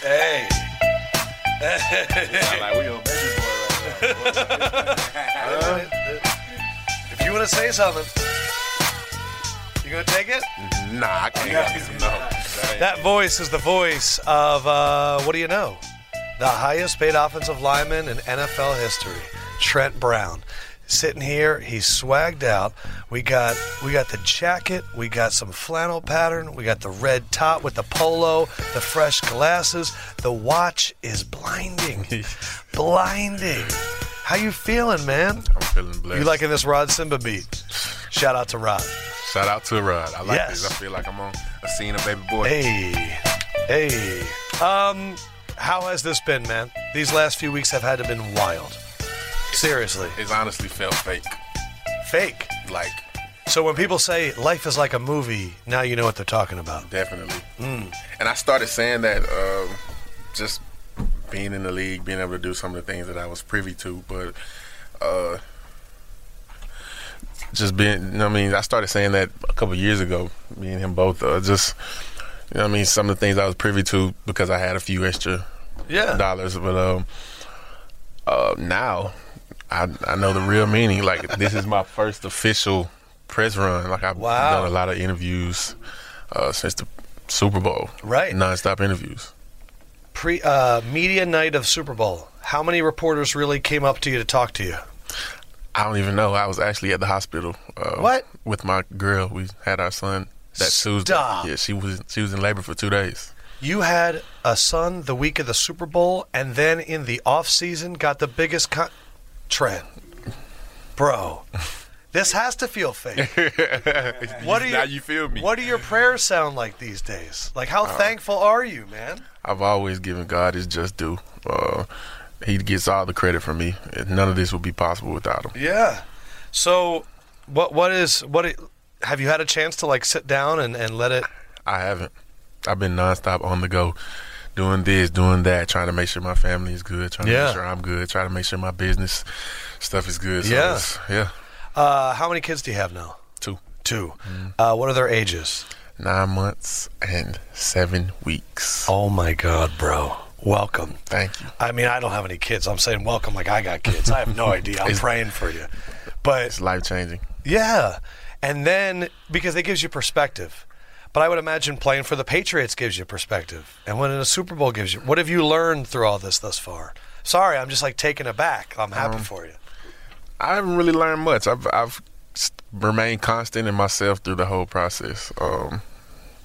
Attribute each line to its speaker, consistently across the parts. Speaker 1: Hey.
Speaker 2: Sound like we on Baby Boy right now. boy.
Speaker 1: if you want to say something, you gonna take it?
Speaker 3: Nah, I can't.
Speaker 2: no. that ain't-
Speaker 1: That voice is the voice of uh, what do you know? The highest paid offensive lineman in NFL history, Trent Brown. Sitting here, he's swagged out. We got we got the jacket, we got some flannel pattern, we got the red top with the polo, the fresh glasses. The watch is blinding, blinding. How you feeling, man?
Speaker 3: I'm feeling blessed.
Speaker 1: You liking this Rod Simba beat? Shout out to Rod.
Speaker 3: Shout out to Rod. I like
Speaker 1: Yes.
Speaker 3: this. I feel like I'm on a scene of Baby Boy.
Speaker 1: Hey, hey. Um, how has this been, man? These last few weeks have had to been wild. Seriously,
Speaker 3: It's honestly felt fake.
Speaker 1: fake.
Speaker 3: Like,
Speaker 1: So when people say life is like a movie, now you know what they're talking about.
Speaker 3: definitely.
Speaker 1: Hmm.
Speaker 3: And I started saying that um, just being in the league, being able to do some of the things that I was privy to, but uh, just being, you know what I mean, I started saying that a couple years ago, me and him both, uh, just, you know what I mean, some of the things I was privy to because I had a few extra
Speaker 1: Yeah.
Speaker 3: dollars, but um, uh, now I I know the real meaning. Like this is my first official press run. Like I've
Speaker 1: Wow.
Speaker 3: done a lot of interviews uh, since the Super Bowl,
Speaker 1: Right.
Speaker 3: Nonstop interviews.
Speaker 1: Pre uh, media night of Super Bowl. How many reporters really came up to you to talk to you?
Speaker 3: I don't even know. I was actually at the hospital. Uh,
Speaker 1: What?
Speaker 3: With my girl, we had our son that Tuesday.
Speaker 1: Stop.
Speaker 3: Yeah, she was she was in labor for two days.
Speaker 1: You had a son the week of the Super Bowl, and then in the off season got the biggest con- Trent, bro. This has to feel fake. What do you? Uh,
Speaker 3: now you feel me?
Speaker 1: What do your prayers sound like these days? Like, how thankful are you, man?
Speaker 3: I've always given God his just due. Uh, he gets all the credit from me. None of this would be possible without him.
Speaker 1: Yeah. So, what what is what? It, have you had a chance to like sit down and and let it?
Speaker 3: I haven't. I've been nonstop on the go, doing this, doing that, trying to make sure my family is good, trying to
Speaker 1: Yeah.
Speaker 3: make sure I'm good, trying to make sure my business stuff is good. So
Speaker 1: Yeah.
Speaker 3: it's- yeah.
Speaker 1: Uh, how many kids do you have now?
Speaker 3: Two,
Speaker 1: 2 Uh, what are their ages?
Speaker 3: nine months and seven weeks.
Speaker 1: Oh my God, bro! Welcome.
Speaker 3: Thank you.
Speaker 1: I mean, I don't have any kids. I'm saying welcome like I got kids. I have no idea. I'm praying for you. But
Speaker 3: It's life changing.
Speaker 1: yeah. And then because it gives you perspective. But I would imagine playing for the Patriots gives you perspective. And winning a Super Bowl gives you. What have you learned through all this thus far? Sorry, I'm just like taken aback. I'm happy for you.
Speaker 3: I haven't really learned much. I've I've s- remained constant in myself through the whole process. Um,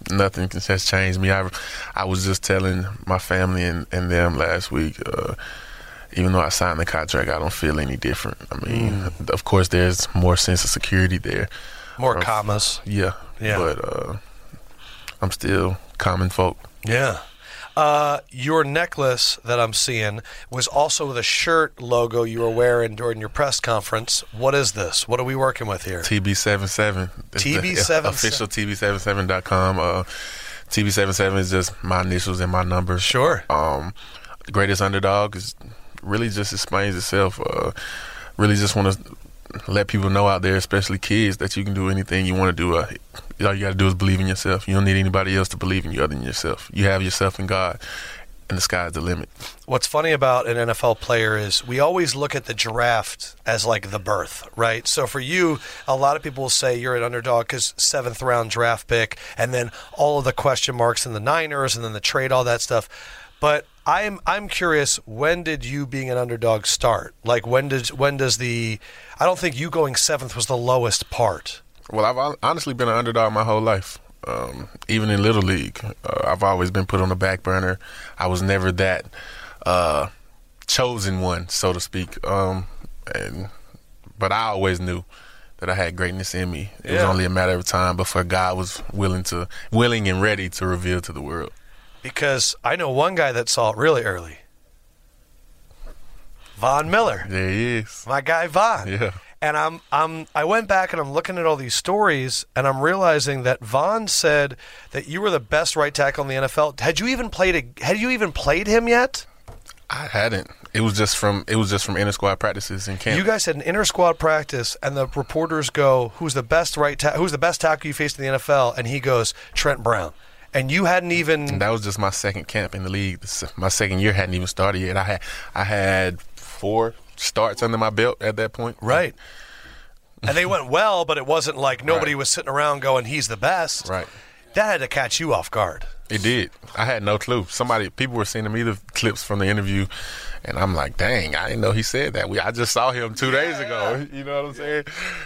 Speaker 3: nothing can- has changed me. I I was just telling my family and, and them last week. Uh, even though I signed the contract, I don't feel any different. I mean, of course, there's more sense of security there.
Speaker 1: More
Speaker 3: Rough.
Speaker 1: commas.
Speaker 3: Yeah,
Speaker 1: Yeah.
Speaker 3: But uh, I'm still common folk.
Speaker 1: Yeah. Uh, your necklace that I'm seeing was also the shirt logo you were wearing during your press conference. What is this? What are we working with here?
Speaker 3: TB77. It's the
Speaker 1: TB77.
Speaker 3: Official TB77.com. Uh, TB77 is just my initials and my number.
Speaker 1: Sure.
Speaker 3: um, the greatest underdog is really just explains itself. Uh, really just want to let people know out there, especially kids, that you can do anything you want to do. Uh, all you got to do is believe in yourself. You don't need anybody else to believe in you other than yourself. You have yourself and God, and the sky's the limit.
Speaker 1: What's funny about an NFL player is we always look at the draft as like the birth, right? So for you, a lot of people will say you're an underdog because seventh round draft pick, and then all of the question marks in the Niners, and then the trade, all that stuff. But I'm I'm curious, when did you being an underdog start? Like when did when does the? I don't think you going seventh was the lowest part.
Speaker 3: Well, I've hon- honestly been an underdog my whole life. Um, even in little league, uh, I've always been put on the back burner. I was never that uh, chosen one, so to speak. Um, and but I always knew that I had greatness in me. It was
Speaker 1: Yeah.
Speaker 3: only a matter of time before God was willing to, willing and ready to reveal to the world.
Speaker 1: Because I know one guy that saw it really early, Von Miller.
Speaker 3: There He is.
Speaker 1: my guy Von.
Speaker 3: Yeah.
Speaker 1: And I'm I'm I went back and I'm looking at all these stories and I'm realizing that Von said that you were the best right tackle in the NFL. Had you even played a, had you even played him yet?
Speaker 3: I hadn't. It was just from it was just from inter squad practices in camp.
Speaker 1: You guys had an inter squad practice and the reporters go, Who's the best right ta- who's the best tackle you faced in the NFL? And he goes, Trent Brown. and you hadn't even.
Speaker 3: That was just my second camp in the league. This- My second year hadn't even started yet. I had I had four starts under my belt at that point.
Speaker 1: Right. And they went well, but it wasn't like nobody
Speaker 3: Right.
Speaker 1: was sitting around going, he's the best.
Speaker 3: Right.
Speaker 1: That had to catch you off guard.
Speaker 3: It did. I had no clue. Somebody, people were sending me the clips from the interview, and I'm like, "Dang, I didn't know he said that." We, I just saw him two days ago. You know what I'm saying?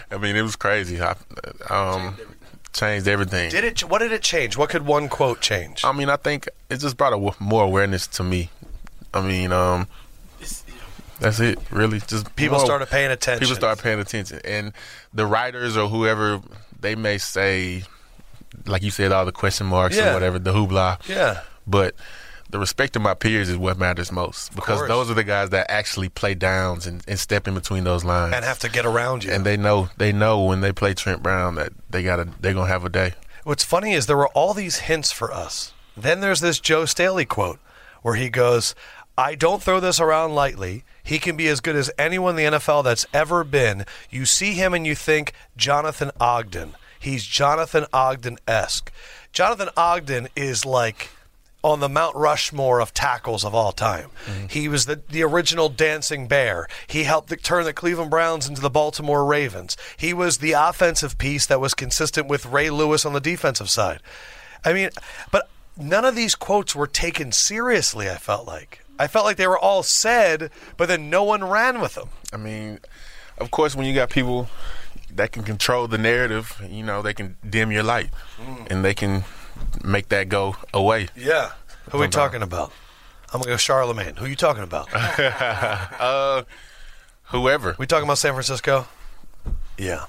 Speaker 3: I mean, it was crazy. I um, changed everything.
Speaker 1: Did it? What did it change? What could one quote change?
Speaker 3: I mean, I think it just brought a w- more awareness to me. I mean, um, that's it. Really, just
Speaker 1: People
Speaker 3: more-
Speaker 1: started paying attention.
Speaker 3: People start paying attention, and the writers or whoever they may say, like you said, all the question marks
Speaker 1: Yeah.
Speaker 3: or whatever, the hoopla.
Speaker 1: Yeah.
Speaker 3: But the respect of my peers is what matters most because
Speaker 1: course.
Speaker 3: those are the guys that actually play downs and, and step in between those lines,
Speaker 1: and have to get around you.
Speaker 3: and they know they know when they play Trent Brown that they gotta they gonna have a day.
Speaker 1: What's funny is there were all these hints for us. Then there's this Joe Staley quote where he goes, I don't throw this around lightly. He can be as good as anyone in the NFL that's ever been. You see him and you think, Jonathan Ogden. He's Jonathan Ogden esque. Jonathan Ogden is like on the Mount Rushmore of tackles of all time. He was the, the original dancing bear. He helped the, turn the Cleveland Browns into the Baltimore Ravens. He was the offensive piece that was consistent with Ray Lewis on the defensive side. I mean, but none of these quotes were taken seriously, I felt like. I felt like they were all said, but then no one ran with them.
Speaker 3: I mean, of course, when you got people that can control the narrative, you know, they can dim your light and they can make that go away.
Speaker 1: Yeah. Who are we talking about? I'm going to go Charlemagne. Who you talking about?
Speaker 3: Uh, whoever.
Speaker 1: We talking about San Francisco? Yeah.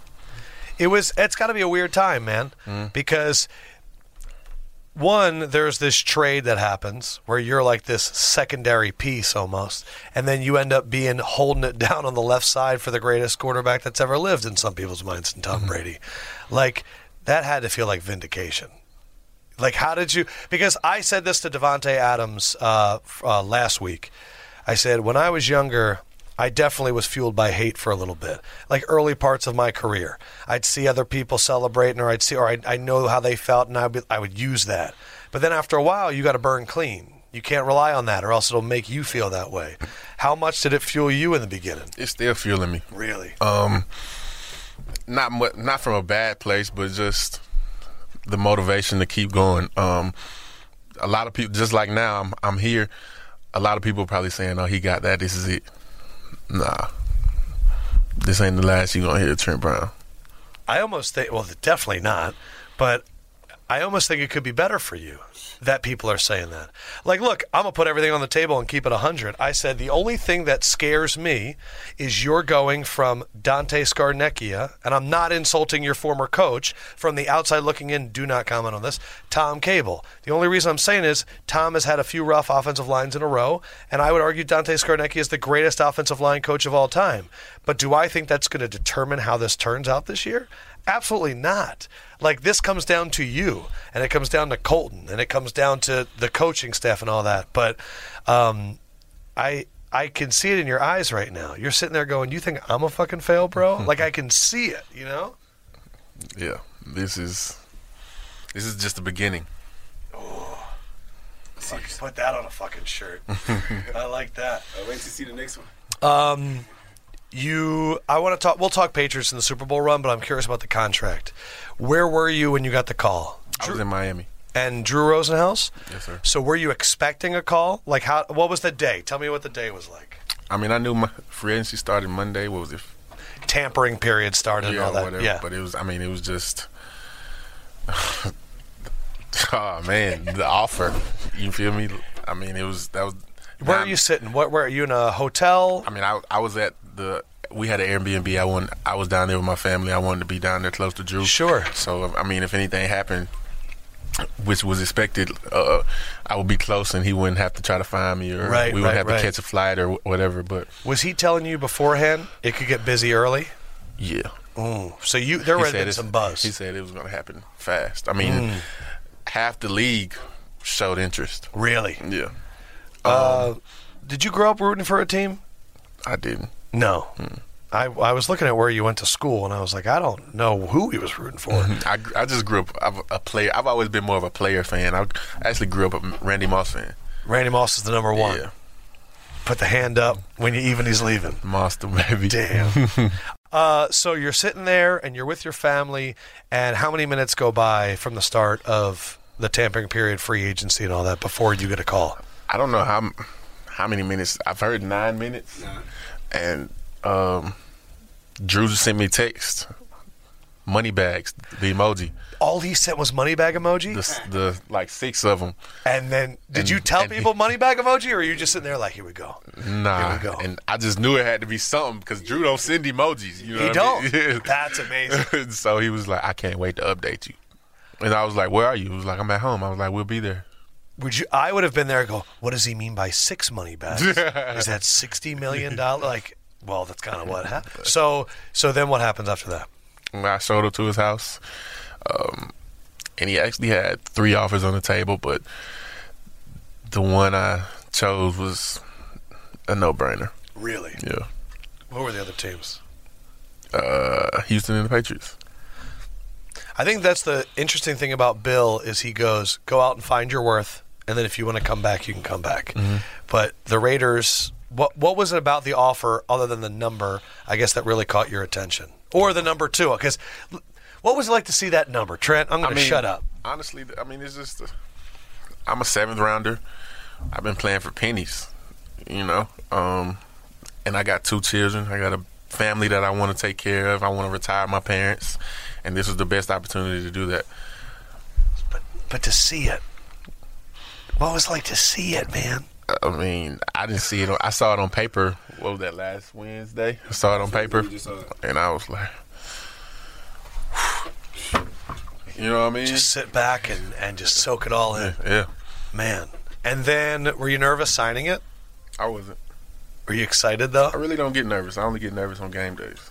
Speaker 1: It was it's got to be a weird time, man, because one there's this trade that happens where you're like this secondary piece almost, and then you end up being holding it down on the left side for the greatest quarterback that's ever lived in some people's minds, and Tom Brady. Like that had to feel like vindication. Like, how did you? Because I said this to Devonte Adams uh, f- uh, last week. I said when I was younger, I definitely was fueled by hate for a little bit. Like early parts of my career, I'd see other people celebrating, or I'd see, or I'd, I know how they felt, and I would, I would use that. But then after a while, you got to burn clean. You can't rely on that, or else it'll make you feel that way. How much did it fuel you in the beginning?
Speaker 3: It's still fueling me.
Speaker 1: Really?
Speaker 3: Um, not mu- not from a bad place, but just the motivation to keep going. Um, a lot of people, just like now, I'm I'm here. A lot of people probably saying, "Oh, he got that. This is it." Nah, this ain't the last you gonna hear of Trent Brown.
Speaker 1: I almost think, well, definitely not, but I almost think it could be better for you that people are saying that. Like, look, I'm going to put everything on the table and keep it 100. I said, the only thing that scares me is you're going from Dante Scarnecchia, and I'm not insulting your former coach, from the outside looking in, do not comment on this, Tom Cable. The only reason I'm saying is Tom has had a few rough offensive lines in a row, and I would argue Dante Scarnecchia is the greatest offensive line coach of all time. But do I think that's going to determine how this turns out this year? Absolutely not. Like this comes down to you, and it comes down to Colton, and it comes down to the coaching staff and all that. But um, I I can see it in your eyes right now. You're sitting there going, "You think I'm a fucking fail, bro?" like I can see it, you know.
Speaker 3: Yeah, this is this is just the beginning.
Speaker 1: Fucking put that on a fucking shirt. I like that.
Speaker 2: I'll wait to see the next one.
Speaker 1: Um, you, I want to talk. We'll talk Patriots in the Super Bowl run, but I'm curious about the contract. Where were you when you got the call?
Speaker 3: I was in Miami.
Speaker 1: and Drew Rosenhaus.
Speaker 3: Yes, sir.
Speaker 1: So were you expecting a call? Like how? What was the day? Tell me what the day was like.
Speaker 3: I mean, I knew my free agency started Monday. What was it?
Speaker 1: Tampering period started and
Speaker 3: Yeah,
Speaker 1: all that.
Speaker 3: whatever.
Speaker 1: yeah.
Speaker 3: But it was. I mean, it was just. oh man, the offer. You feel me? I mean, it was that was.
Speaker 1: where
Speaker 3: Nah,
Speaker 1: are you sitting? What? Where are you in a hotel?
Speaker 3: I mean, I I was at the. We had an Airbnb. I wanted, I was down there with my family. I wanted to be down there close to Drew.
Speaker 1: Sure.
Speaker 3: So I mean, if anything happened, which was expected, uh, I would be close, and he wouldn't have to try to find me, or
Speaker 1: Right,
Speaker 3: we wouldn't
Speaker 1: right,
Speaker 3: have
Speaker 1: right.
Speaker 3: to catch a flight or wh- whatever. But
Speaker 1: Was he telling you beforehand it could get busy early?
Speaker 3: yeah,
Speaker 1: Mm. So you there would have been
Speaker 3: it's-
Speaker 1: some buzz. Mm.
Speaker 3: He said it was going to happen fast. I mean, half the league showed interest.
Speaker 1: really?
Speaker 3: Yeah, Um,
Speaker 1: uh, did you grow up rooting for a team?
Speaker 3: I didn't.
Speaker 1: No. I, I was looking at where you went to school, and I was like, I don't know who he was rooting for.
Speaker 3: I, gr- I just grew up I've, a player. I've always been more of a player fan. I actually grew up a Randy Moss fan.
Speaker 1: Randy Moss is the number one.
Speaker 3: Yeah,
Speaker 1: Put the hand up when you even he's leaving.
Speaker 3: Moss the baby.
Speaker 1: Damn. uh, so you're sitting there and you're with your family, and how many minutes go by from the start of the tampering period, free agency, and all that before you get a call?
Speaker 3: I don't know how how many minutes. I've heard nine minutes, and um, Drew just sent me a text. Money bags, the emoji,
Speaker 1: All he sent was money bag emoji,
Speaker 3: the, s- the like six of them.
Speaker 1: and then did
Speaker 3: and-
Speaker 1: you tell
Speaker 3: and he-
Speaker 1: people money bag emoji, or are you just sitting there like, here we go? Here
Speaker 3: Nah,
Speaker 1: we go.
Speaker 3: and I just knew it had to be something because Drew don't send emojis. You know
Speaker 1: he
Speaker 3: what I mean?
Speaker 1: don't.
Speaker 3: Yeah.
Speaker 1: That's amazing.
Speaker 3: so he was like, I can't wait to update you. And I was like, Where are you? He was like, I'm at home. I was like, We'll be there.
Speaker 1: Would you? I would have been there. and Go. What does he mean by six money bags? Is that sixty million dollar? Like, well, that's kind of what happened. So, so then what happens after that?
Speaker 3: And I showed up to his house. Um, and he actually had three offers on the table, but the one I chose was a no brainer.
Speaker 1: Really?
Speaker 3: Yeah.
Speaker 1: What were the other teams?
Speaker 3: Uh, Houston and the Patriots.
Speaker 1: I think that's the interesting thing about Bill is he goes, go out and find your worth, and then if you want to come back, you can come back. But the Raiders, what what was it about the offer other than the number? I guess that really caught your attention, or the number two? Because what was it like to see that number, Trent? I'm going to shut up.
Speaker 3: Honestly, th- I mean, it's just, I'm a seventh rounder. I've been playing for pennies, you know, um, and I got two children. I got a family that I want to take care of. I want to retire my parents, and this is the best opportunity to do that.
Speaker 1: But but to see it, what was it like to see it, man?
Speaker 3: I mean, I didn't see it. On, I saw it on paper. What was that last Wednesday? I saw it on paper,
Speaker 2: You just saw it.
Speaker 3: and I was like, you know what I mean?
Speaker 1: Just sit back and and just soak it all in,
Speaker 3: yeah,
Speaker 1: man. And then were you nervous signing it?
Speaker 3: I wasn't.
Speaker 1: Were you excited though?
Speaker 3: I really don't get nervous. I only get nervous on game days.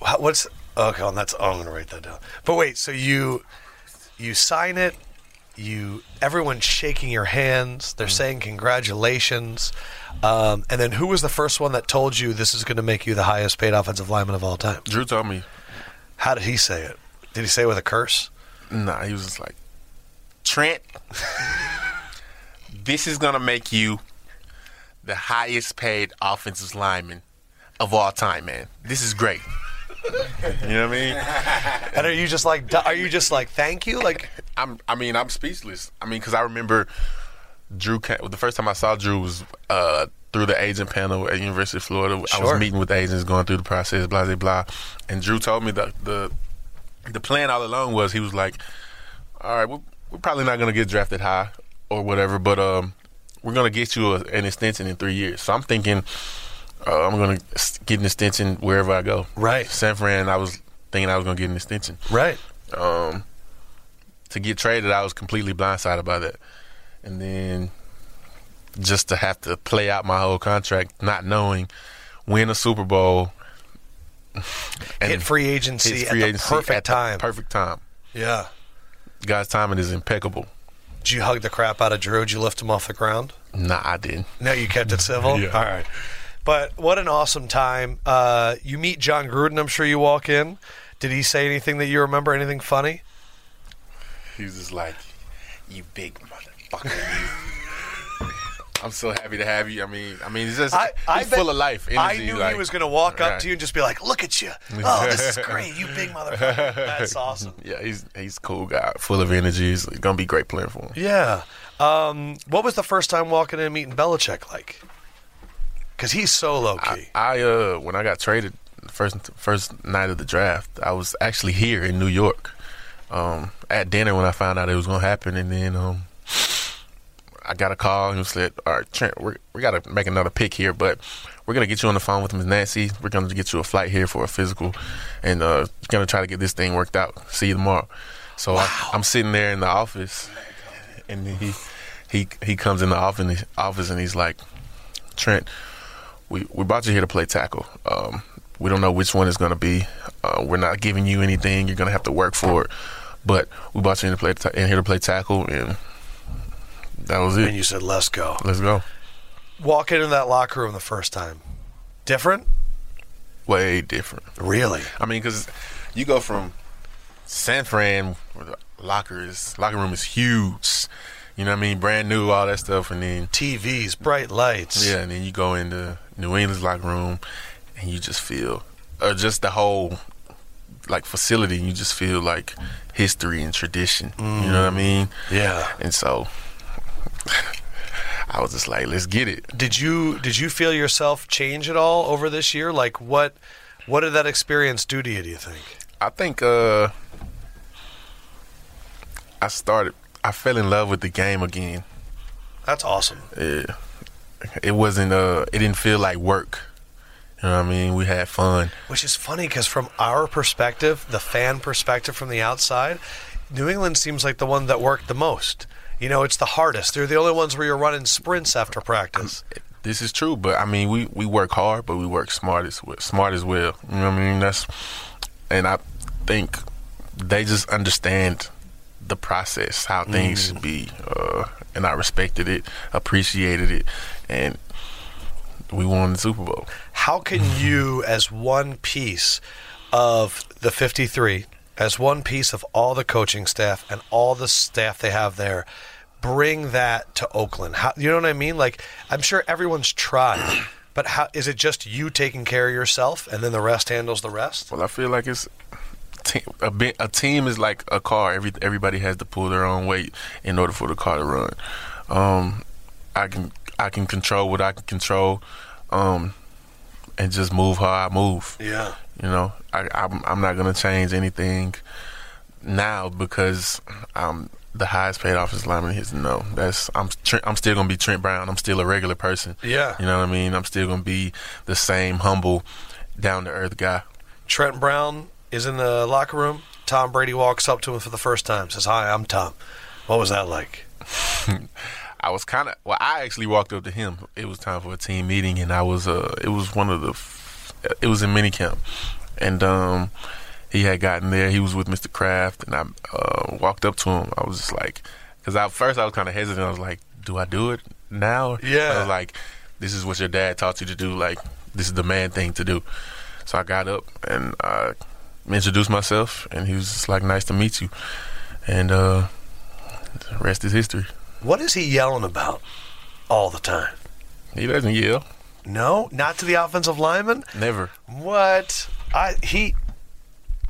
Speaker 1: Wha- What's okay? And that's oh, I'm gonna write that down. But wait, so you you sign it. You everyone's shaking your hands.
Speaker 3: Mm.
Speaker 1: They're saying congratulations. Um, and then who was the first one that told you this is going to make you the highest paid offensive lineman of all time?
Speaker 3: Drew told me
Speaker 1: How did he say it? Did he say it with a curse?
Speaker 3: Nah, he was just like, Trent, this is gonna make you the highest paid offensive lineman of all time, man. This is great. you know what I mean?
Speaker 1: And are you just like, are you just like, thank you? Like,
Speaker 3: I'm. I mean, I'm speechless. I mean, because I remember Drew. Came, the first time I saw Drew was uh, through the agent panel at University of Florida. I
Speaker 1: Sure.
Speaker 3: was meeting with agents, going through the process, blah blah blah. And Drew told me that the the plan all along was he was like, "All right, we're, we're probably not going to get drafted high or whatever, but um, we're going to get you a, an extension in three years." So I'm thinking. Uh, I'm gonna s- get an extension wherever I go.
Speaker 1: Right.
Speaker 3: San Fran. I was thinking I was gonna get an extension
Speaker 1: right?
Speaker 3: um, to get traded, I was completely blindsided by that. And then just to have to play out my whole contract, not knowing, win a Super Bowl,
Speaker 1: Hit free agency
Speaker 3: hit
Speaker 1: at the perfect
Speaker 3: at the
Speaker 1: time.
Speaker 3: perfect time.
Speaker 1: yeah.
Speaker 3: God's timing is impeccable.
Speaker 1: Did you hug the crap out of Drew? Did you lift him off the ground?
Speaker 3: Nah, I didn't.
Speaker 1: No, you kept it civil.
Speaker 3: Yeah.
Speaker 1: Oh, All right. But what an awesome time! Uh, you meet John Gruden. I'm sure you walk in. Did he say anything that you remember? Anything funny?
Speaker 3: He was just like, "You big motherfucker." you." I'm so happy to have you. I mean, I mean, it's just
Speaker 1: I, I
Speaker 3: he's
Speaker 1: bet-
Speaker 3: full of life. Energy,
Speaker 1: I knew
Speaker 3: like-
Speaker 1: he was going to walk up
Speaker 3: Right.
Speaker 1: to you and just be like, "Look at you! Oh, this is great! You big motherfucker! That's awesome!"
Speaker 3: Yeah, he's he's a cool guy, full of energy. He's gonna be great playing for him.
Speaker 1: Yeah. Um, what was the first time walking in and meeting Belichick like? Because he's so low key.
Speaker 3: I, I uh when I got traded first first night of the draft, I was actually here in New York. Um at dinner when I found out it was gonna happen and then um I got a call and it said, All right, Trent, we're, we gotta make another pick here, but we're gonna get you on the phone with Ms. Nancy. We're gonna get you a flight here for a physical and uh gonna try to get this thing worked out. See you tomorrow. So I, I'm sitting there in the office and then he he he comes in the office office and he's like, Trent, we we brought you here to play tackle. Um, we don't know which one it's going to be. Uh, we're not giving you anything. You're going to have to work for it. But we brought you in to play ta- in here to play tackle, and that was
Speaker 1: and
Speaker 3: it.
Speaker 1: you said, "Let's go."
Speaker 3: Let's go.
Speaker 1: Walking into that locker room the first time, different.
Speaker 3: way different.
Speaker 1: Really?
Speaker 3: I mean, because you go from San Fran, where the locker is locker room is huge. You know what I mean? Brand new, all that stuff, and then
Speaker 1: TVs, bright lights.
Speaker 3: yeah, and then you go into New England's locker room, and you just feel, or just the whole like facility, you just feel like history and tradition. You know what I mean?
Speaker 1: Yeah.
Speaker 3: And so I was just like, let's get it.
Speaker 1: Did you did you feel yourself change at all over this year? Like what what did that experience do to you, do you think?
Speaker 3: I think uh I started I fell in love with the game again.
Speaker 1: That's awesome.
Speaker 3: Yeah. It wasn't uh it didn't feel like work. You know what I mean? We had fun.
Speaker 1: Which is funny because from our perspective, the fan perspective from the outside, New England seems like the one that worked the most. You know, it's the hardest. They're the only ones where you're running sprints after practice.
Speaker 3: This is true, but I mean we, we work hard but we work smart as well smart as well. You know what I mean? That's and I think they just understand the process, how things should be. Uh and I respected it, appreciated it, and we won the Super Bowl.
Speaker 1: How can you, as one piece of the 53, as one piece of all the coaching staff and all the staff they have there, bring that to Oakland? How, you know what I mean? Like, I'm sure everyone's tried, but how is it just you taking care of yourself and then the rest handles the rest?
Speaker 3: Well, I feel like it's te- a bit, a team is like a car. Every everybody has to pull their own weight in order for the car to run. Um, I can I can control what I can control, um, and just move how I move.
Speaker 1: Yeah.
Speaker 3: You know, I, I'm I'm not gonna change anything now because I'm the highest paid office lineman. His no, that's I'm Trent, I'm still gonna be Trent Brown. I'm still a regular person.
Speaker 1: Yeah.
Speaker 3: you know what I mean. I'm still gonna be the same humble, down to earth guy.
Speaker 1: Trent Brown is in the locker room. Tom Brady walks up to him for the first time, says, Hi, I'm Tom. What was that like?
Speaker 3: I was kind of well. I actually walked up to him. It was time for a team meeting, and I was uh, it was one of the, f- it was in minicamp, and um, he had gotten there. He was with Mr. Kraft, and I uh, walked up to him. I was just like, because at first I was kind of hesitant. I was like, do I do it now?
Speaker 1: Yeah.
Speaker 3: I was like, this is what your dad taught you to do. Like, this is the man thing to do. So I got up and I introduced myself, and he was just like, nice to meet you, and uh, the rest is history.
Speaker 1: What is he yelling about all the time?
Speaker 3: He doesn't yell.
Speaker 1: No, not to the offensive lineman.
Speaker 3: Never.
Speaker 1: What? I he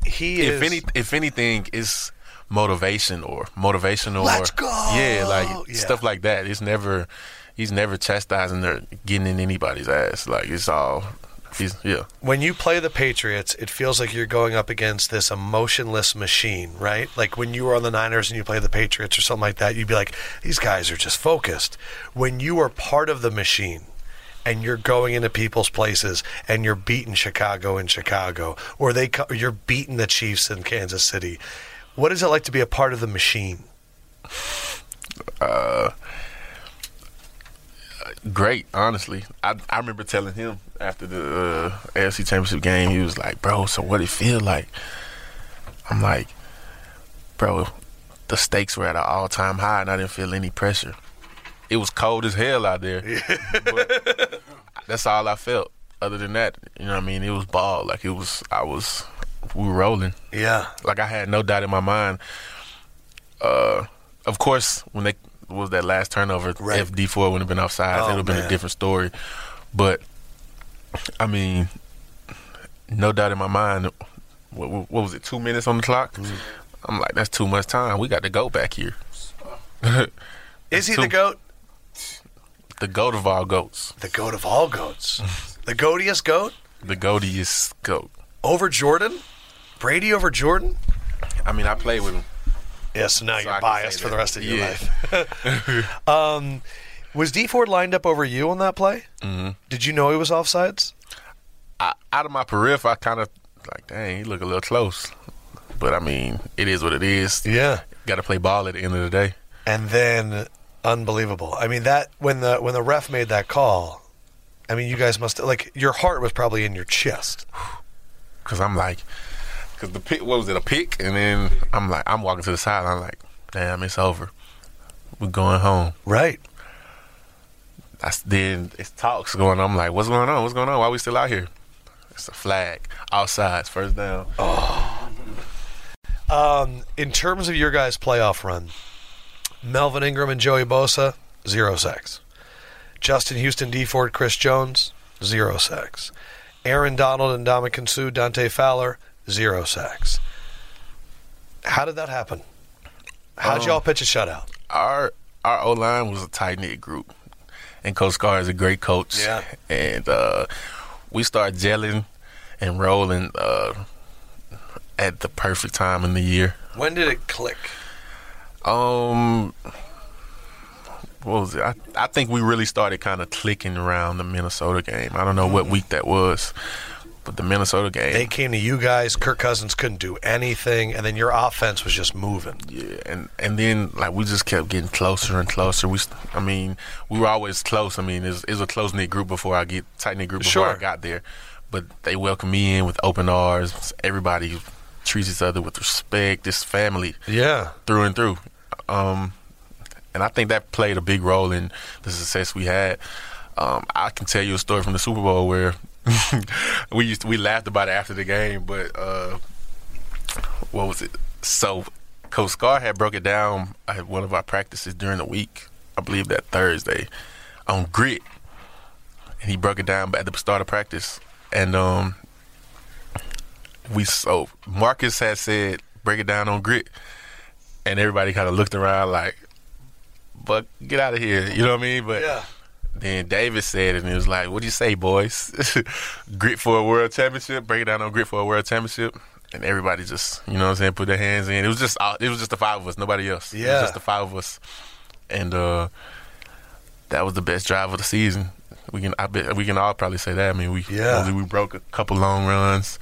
Speaker 1: he
Speaker 3: If
Speaker 1: is
Speaker 3: any, if anything, it's motivation or motivational.
Speaker 1: Let's
Speaker 3: or,
Speaker 1: go!
Speaker 3: Yeah, like
Speaker 1: Yeah.
Speaker 3: stuff like that. It's never. He's never chastising or getting in anybody's ass. Like it's all. He's yeah.
Speaker 1: when you play the Patriots, it feels like you're going up against this emotionless machine, right? Like when you were on the Niners and you play the Patriots or something like that, you'd be like, these guys are just focused. When you are part of the machine and you're going into people's places and you're beating Chicago in Chicago or they co- you're beating the Chiefs in Kansas City, what is it like to be a part of the machine?
Speaker 3: great, honestly. I I remember telling him after the uh, AFC Championship game, he was like, "Bro, so what it feel like?" I'm like, "Bro, the stakes were at an all time high, and I didn't feel any pressure. It was cold as hell out there, but that's all I felt. Other than that, you know what I mean? It was ball, like it was. I was, we were rolling."
Speaker 1: Yeah.
Speaker 3: like I had no doubt in my mind. Uh, of course, when they was that last turnover,
Speaker 1: Right.
Speaker 3: if D four wouldn't have been offside,
Speaker 1: Oh,
Speaker 3: it would have been
Speaker 1: man.
Speaker 3: a different story. But I mean, no doubt in my mind. What, what was it? Two minutes on the clock.
Speaker 1: Mm-hmm.
Speaker 3: I'm like, that's too much time. We got to go back here.
Speaker 1: Is he
Speaker 3: So-
Speaker 1: the goat?
Speaker 3: The goat of all goats,
Speaker 1: The goat of all goats. the goatiest goat?
Speaker 3: the goatiest goat.
Speaker 1: Over Jordan? Brady over Jordan?
Speaker 3: I mean, I played with him.
Speaker 1: Yeah, so now
Speaker 3: I
Speaker 1: you're
Speaker 3: can say
Speaker 1: biased for the
Speaker 3: that.
Speaker 1: rest of your
Speaker 3: Yeah.
Speaker 1: life. um, was D Ford lined up over you on that play? Mm-hmm. Did you know he was offsides?
Speaker 3: I, out of my periphery, I kind of like, dang, he look a little close. But I mean, it is what it is.
Speaker 1: Yeah.
Speaker 3: Got to play ball at the end of the day.
Speaker 1: And then unbelievable. I mean that when the when the ref made that call, I mean you guys must like your heart was probably in your chest.
Speaker 3: Cause I'm like, cause the pick, what was it, a pick? And then I'm like, I'm walking to the side. I'm like, damn, it's over. We're going home.
Speaker 1: Right.
Speaker 3: I s then it's talks going on. I'm like, what's going on? What's going on? Why we still out here? It's a flag. Outside, first down.
Speaker 1: Um, in terms of your guys' playoff run, Melvin Ingram and Joey Bosa, zero sacks. Justin Houston, D Ford, Chris Jones, zero sacks. Aaron Donald and Dominican Sue, Dante Fowler, zero sacks. How did that happen? How'd y'all pitch a shutout?
Speaker 3: Our our O line was a tight knit group, and Coach Scar is a great coach.
Speaker 1: Yeah.
Speaker 3: and uh, we started gelling and rolling uh, at the perfect time in the year.
Speaker 1: When did it click?
Speaker 3: Um, what was it? I, I think we really started kind of clicking around the Minnesota game. I don't know what week that was, but the Minnesota game.
Speaker 1: Mm-hmm. They came to you guys. Kirk Cousins couldn't do anything, and then your offense was just moving.
Speaker 3: yeah, and and then like we just kept getting closer and closer. We, st- I mean, we were always close. I mean, it's it's a close knit group before I get tight knit group before
Speaker 1: Sure.
Speaker 3: I got there, but they welcomed me in with open arms. Everybody treats each other with respect. This family.
Speaker 1: Yeah.
Speaker 3: through and through. Um, and I think that played a big role in the success we had. Um, I can tell you a story from the Super Bowl where we used to, we laughed about it after the game, but uh, what was it? So Coach Scar had broke it down at one of our practices during the week, I believe that Thursday, on grit, and he broke it down at the start of practice, and um, we so Marcus had said break it down on grit, and everybody kind of looked around like, "But get out of here," you know what I mean? But
Speaker 1: Yeah.
Speaker 3: then David said, it, and it was like, "What do you say, boys? grit for a world championship? Break it down on grit for a world championship." And everybody just, you know what I'm saying, put their hands in. It was just, all- it was just the five of us, nobody else. it
Speaker 1: Yeah.
Speaker 3: was just the five of us, and uh, that was the best drive of the season. We can, I bet, we can all probably say that. I mean, we,
Speaker 1: Yeah.
Speaker 3: we broke a couple long runs.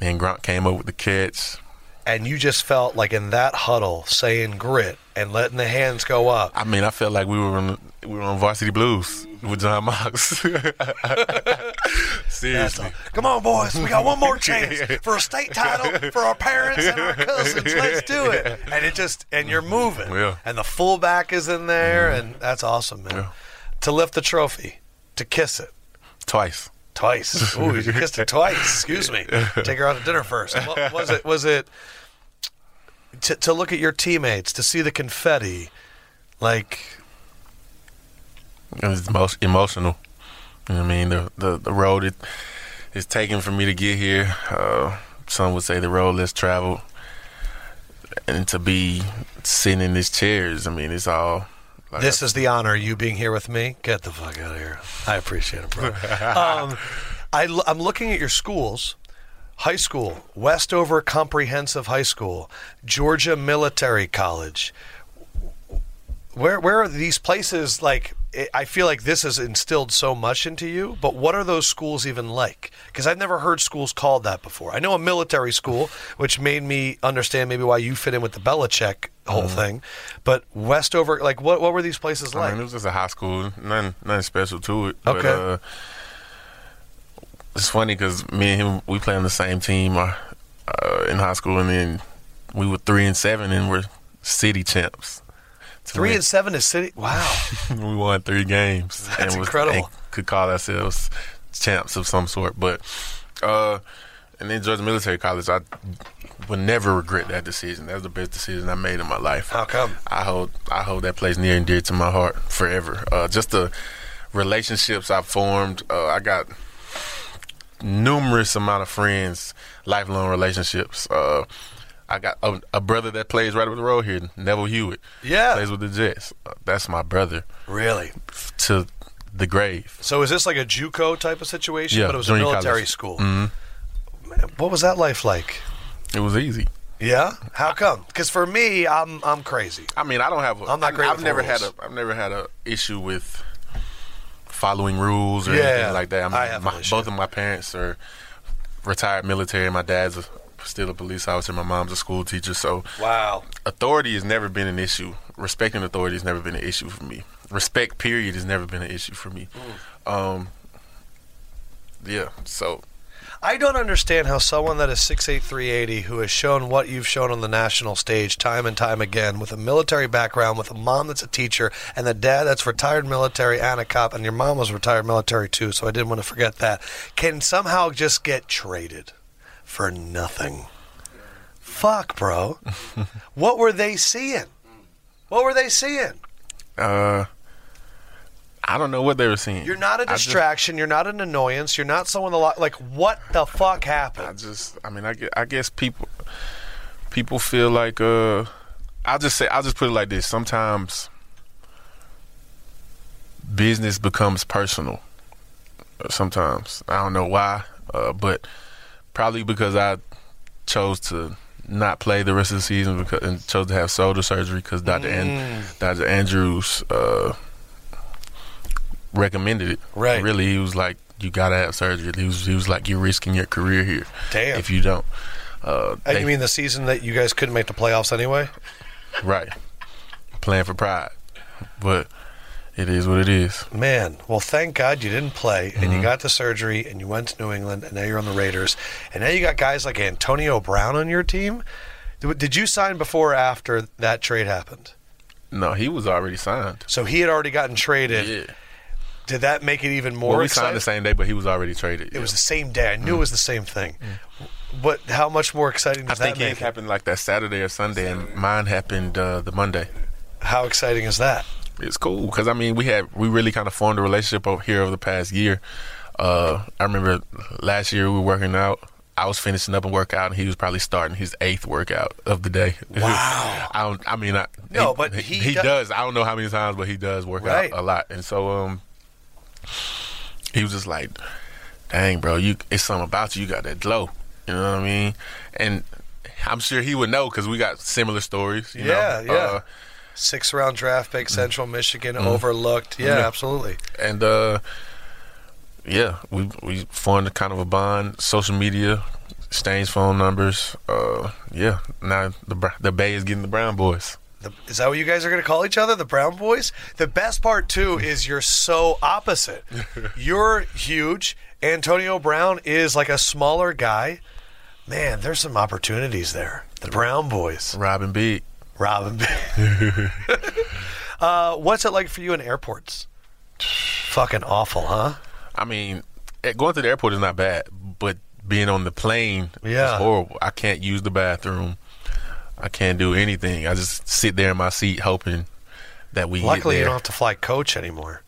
Speaker 3: Then Grant came up with the catch.
Speaker 1: And you just felt like in that huddle, saying grit and letting the hands go up.
Speaker 3: I mean, I felt like we were on we were on Varsity Blues with John Mox. Seriously,
Speaker 1: Come on, boys. We got one more chance for a state title for our parents and our cousins. Let's do it. And it just and you're moving.
Speaker 3: Yeah. Mm-hmm.
Speaker 1: And the fullback is in there, and that's awesome, man.
Speaker 3: Yeah.
Speaker 1: To lift the trophy, to kiss it
Speaker 3: twice.
Speaker 1: twice. Ooh, you kissed her twice. Excuse me. Take her out to dinner first. What was it? Was it to, to look at your teammates to see the confetti? Like,
Speaker 3: It was most emotional. You know what I mean, the the, the road it is taken for me to get here. Uh, some would say the road less traveled, and to be sitting in these chairs. I mean, it's all. Like
Speaker 1: this is the honor of you being here with me. Get the fuck out of here. I appreciate it, bro. um, I, l- I'm looking at your schools. High school, Westover Comprehensive High School, Georgia Military College. Where where are these places like? I- I feel like this has instilled so much into you, but what are those schools even like? Because I've never heard schools called that before. I know a military school, which made me understand maybe why you fit in with the Belichick whole thing, but Westover, like what what were these places
Speaker 3: Uh-huh. I
Speaker 1: like?
Speaker 3: mean, it was just a high school, nothing, nothing special to it. But,
Speaker 1: Okay.
Speaker 3: uh, it's funny because me and him, we play on the same team uh, uh, in high school, and then we were three and seven, and we're city champs. To
Speaker 1: Three
Speaker 3: win-
Speaker 1: and seven is city. Wow.
Speaker 3: we won three games.
Speaker 1: That's
Speaker 3: was-
Speaker 1: incredible.
Speaker 3: and could call ourselves champs of some sort, but uh, and then Georgia Military College, I would never regret that decision. That was the best decision I made in my life.
Speaker 1: How come?
Speaker 3: I hold I hold that place near and dear to my heart forever. Uh, just the relationships I formed. Uh, I got numerous amount of friends, lifelong relationships. Uh, I got a, a brother that plays right up the road here, Neville Hewitt.
Speaker 1: Yeah.
Speaker 3: plays with the Jets. Uh, that's my brother
Speaker 1: Really?
Speaker 3: to the grave.
Speaker 1: So is this like a JUCO type of situation?
Speaker 3: Yeah,
Speaker 1: but it was a
Speaker 3: junior
Speaker 1: military
Speaker 3: college.
Speaker 1: school. Man, What was that life like?
Speaker 3: It was easy.
Speaker 1: Yeah. How come? Because for me, I'm I'm crazy.
Speaker 3: I mean, I don't have. A,
Speaker 1: I'm not great
Speaker 3: I've
Speaker 1: with
Speaker 3: never
Speaker 1: rules.
Speaker 3: had a. I've never had a issue with following rules or
Speaker 1: Yeah,
Speaker 3: anything like that.
Speaker 1: I have an
Speaker 3: my,
Speaker 1: issue.
Speaker 3: both of my parents are retired military. My dad's a, still a police officer. My mom's a school teacher. So
Speaker 1: Wow.
Speaker 3: authority has never been an issue. Respecting authority has never been an issue for me. Respect,
Speaker 1: Mm.
Speaker 3: period, has never been an issue for me. Um, yeah. So
Speaker 1: I don't understand how someone that is 6'8", 380, who has shown what you've shown on the national stage time and time again, with a military background, with a mom that's a teacher, and a dad that's retired military and a cop, and your mom was retired military too, so I didn't want to forget that, can somehow just get traded for nothing. Fuck, bro. what were they seeing? What were they seeing?
Speaker 3: Uh, I don't know what they were seeing.
Speaker 1: You're not a
Speaker 3: I just-
Speaker 1: distraction. you're not an annoyance. You're not someone that li- like. What the fuck
Speaker 3: I
Speaker 1: happened?
Speaker 3: just, I mean, I guess, I guess people people feel like uh, I'll just say, I'll just put it like this. Sometimes business becomes personal. Sometimes I don't know why, uh, but probably because I chose to not play the rest of the season because and chose to have shoulder surgery because Dr. An-
Speaker 1: Mm.
Speaker 3: Dr. Andrews uh, recommended it.
Speaker 1: Right.
Speaker 3: Really, he was like, "You gotta have surgery." He was, he was like, "You're risking your career here."
Speaker 1: Damn.
Speaker 3: If you don't, uh,
Speaker 1: Uh,
Speaker 3: they-
Speaker 1: you mean the season that you guys couldn't make the playoffs anyway?
Speaker 3: right? Playing for pride, but it is what it is.
Speaker 1: Man, well, thank God you didn't play and
Speaker 3: Mm-hmm.
Speaker 1: you got the surgery and you went to New England and now you're on the Raiders and now you got guys like Antonio Brown on your team. Did did you sign before or after that trade happened?
Speaker 3: No, he was already signed.
Speaker 1: So he had already gotten traded. Did that make it even more
Speaker 3: Well, we
Speaker 1: exciting?
Speaker 3: signed the same day, but he was already traded.
Speaker 1: It was the same day. I knew it was the same thing. What? How much more exciting
Speaker 3: Mm-hmm. I
Speaker 1: does
Speaker 3: think
Speaker 1: that
Speaker 3: his
Speaker 1: make? it?
Speaker 3: happened like that Saturday or Sunday, and mine happened uh, the Monday.
Speaker 1: How exciting is that?
Speaker 3: it's cool because I mean we had we really kind of formed a relationship over here over the past year. Uh, I remember last year we were working out. I was finishing up a workout, and he was probably starting his eighth workout of the day.
Speaker 1: Wow.
Speaker 3: I don't. I mean, I,
Speaker 1: No, but he do-
Speaker 3: does. I don't know how many times, but he does work
Speaker 1: Right.
Speaker 3: out a lot, and so um, he was just like, "Dang, bro, you it's something about you. You got that glow. You know what I mean?" And I'm sure he would know because we got similar stories. You
Speaker 1: Yeah,
Speaker 3: know?
Speaker 1: yeah.
Speaker 3: Uh,
Speaker 1: Six round draft
Speaker 3: Mm.
Speaker 1: pick, Central Michigan,
Speaker 3: Mm-hmm.
Speaker 1: overlooked. Yeah,
Speaker 3: Yeah.
Speaker 1: absolutely.
Speaker 3: and uh yeah we we formed a kind of a bond social media Stain's phone numbers uh yeah now the Br- the bay is getting the brown boys
Speaker 1: The, is that what you guys are going to call each other, the Brown Boys? The best part too is you're so opposite. you're huge. Antonio Brown is like a smaller guy. Man, there's some opportunities there. The Brown Boys,
Speaker 3: robin big
Speaker 1: Robin. uh, what's it like for you in airports? Fucking awful, huh?
Speaker 3: i mean eh, going to the airport is not bad but being on the plane
Speaker 1: Yeah.
Speaker 3: is horrible i can't use the bathroom i can't do anything i just sit there in my seat hoping that we
Speaker 1: Luckily, you
Speaker 3: get
Speaker 1: don't
Speaker 3: there.
Speaker 1: have to fly coach anymore.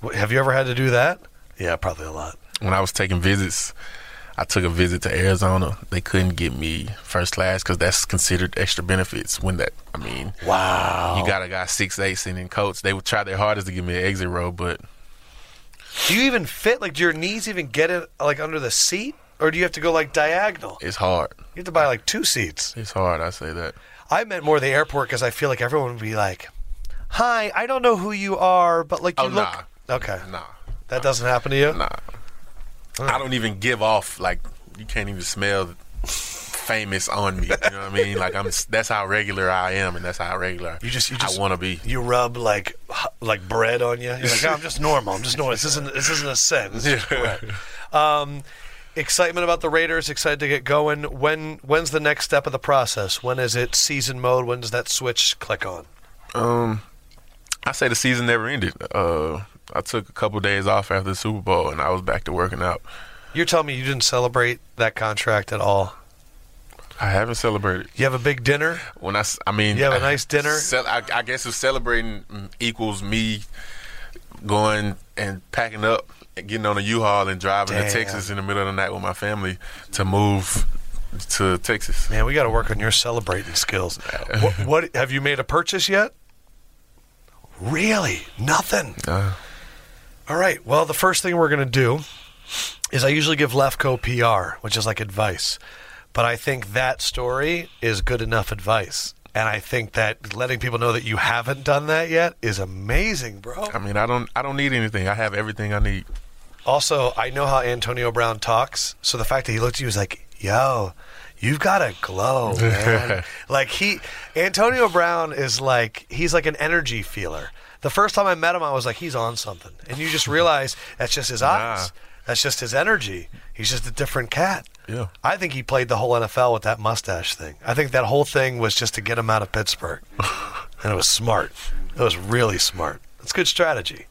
Speaker 1: What- have you ever had to do that? Yeah, probably a lot.
Speaker 3: when I was taking visits, I took a visit to Arizona. They couldn't get me first class because that's considered extra benefits. When that, I mean,
Speaker 1: Wow.
Speaker 3: you got a guy six eight sitting in coach. They would try their hardest to give me an exit row, but
Speaker 1: Do you even fit? Like, do your knees even get it like under the seat, or do you have to go like diagonal?
Speaker 3: it's hard.
Speaker 1: You have to buy like two seats.
Speaker 3: It's hard. I say that.
Speaker 1: I meant more the airport because I feel like everyone would be like, "Hi, I don't know who you are, but like you
Speaker 3: Oh,
Speaker 1: look." Okay,
Speaker 3: Nah,
Speaker 1: that doesn't happen to you.
Speaker 3: nah. I don't even give off like you can't even smell famous on me. You know what I mean? Like I'm. That's how regular I am, and that's how regular
Speaker 1: You just- you just-
Speaker 3: I want to be.
Speaker 1: You rub like h- like bread on you. You're like, "Oh, I'm just normal. I'm just normal. This isn't this isn't a sin. This is just bread." Um, excitement about the Raiders. Excited to get going. When when's the next step of the process? When is it season mode? When does that switch click on?
Speaker 3: Um, I say the season never ended. Uh, I took a couple days off after the Super Bowl, and I was back to working out.
Speaker 1: You're telling me you didn't celebrate that contract at all.
Speaker 3: I haven't celebrated.
Speaker 1: You have a big dinner.
Speaker 3: When I, s- I mean,
Speaker 1: You have a nice dinner?
Speaker 3: Cel- I, I guess if celebrating mm, equals me going and packing up, and getting on a U-Haul and driving
Speaker 1: Damn.
Speaker 3: to Texas in the middle of the night with my family to move to Texas.
Speaker 1: Man, we got to work on your celebrating skills. what, what have you made a purchase yet? Really? Nothing.
Speaker 3: Uh,
Speaker 1: All right. Well, the first thing we're going to do is I usually give Lefko PR, which is like advice. But I think that story is good enough advice. And I think that letting people know that you haven't done that yet is amazing, bro.
Speaker 3: I mean, I don't, I don't need anything. I have everything I need.
Speaker 1: Also, I know how Antonio Brown talks, so the fact that he looked at you was like, "Yo, you've got a glow, man." like he, Antonio Brown is like he's like an energy feeler. The first time I met him, I was like, "He's on something," and you just realize that's just his eyes. That's just his energy. He's just a different cat.
Speaker 3: Yeah.
Speaker 1: I think he played the whole NFL with that mustache thing. I think that whole thing was just to get him out of Pittsburgh. and it was smart. It was really smart. It's good strategy.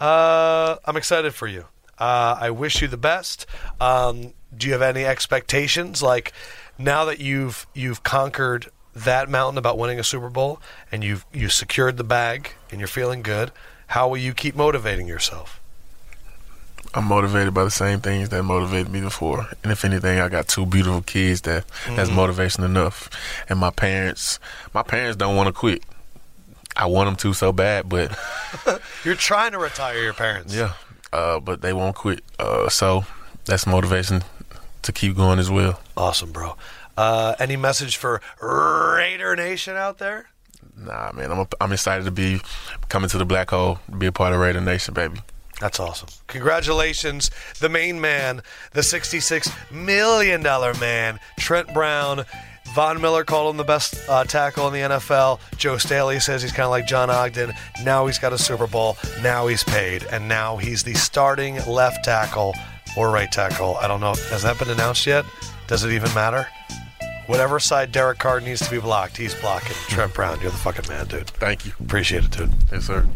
Speaker 1: Uh, I'm excited for you. Uh, I wish you the best. Um, do you have any expectations? Like now that you've you've conquered that mountain about winning a Super Bowl and you've you secured the bag and you're feeling good, how will you keep motivating yourself?
Speaker 3: I'm motivated by the same things that motivated me before. And if anything, I got two beautiful kids that that's motivation enough. And my parents, my parents don't want to quit. I want them to so bad, but
Speaker 1: You're trying to retire your parents.
Speaker 3: yeah, uh, but they won't quit. Uh, so that's motivation to keep going as well.
Speaker 1: Awesome, bro. Uh, any message for Raider Nation out there?
Speaker 3: Nah, man, I'm I'm excited to be coming to the black hole, be a part of Raider Nation, baby.
Speaker 1: That's awesome. Congratulations, the main man, the $66 million man, Trent Brown. Von Miller called him the best uh, tackle in the NFL. Joe Staley says he's kind of like John Ogden. Now he's got a Super Bowl. Now he's paid. And now he's the starting left tackle or right tackle. I don't know. Has that been announced yet? Does it even matter? Whatever side Derek Carr needs to be blocked, he's blocking. Trent Brown, you're the fucking man, dude.
Speaker 3: Thank you,
Speaker 1: Appreciate it, dude.
Speaker 3: yes sir.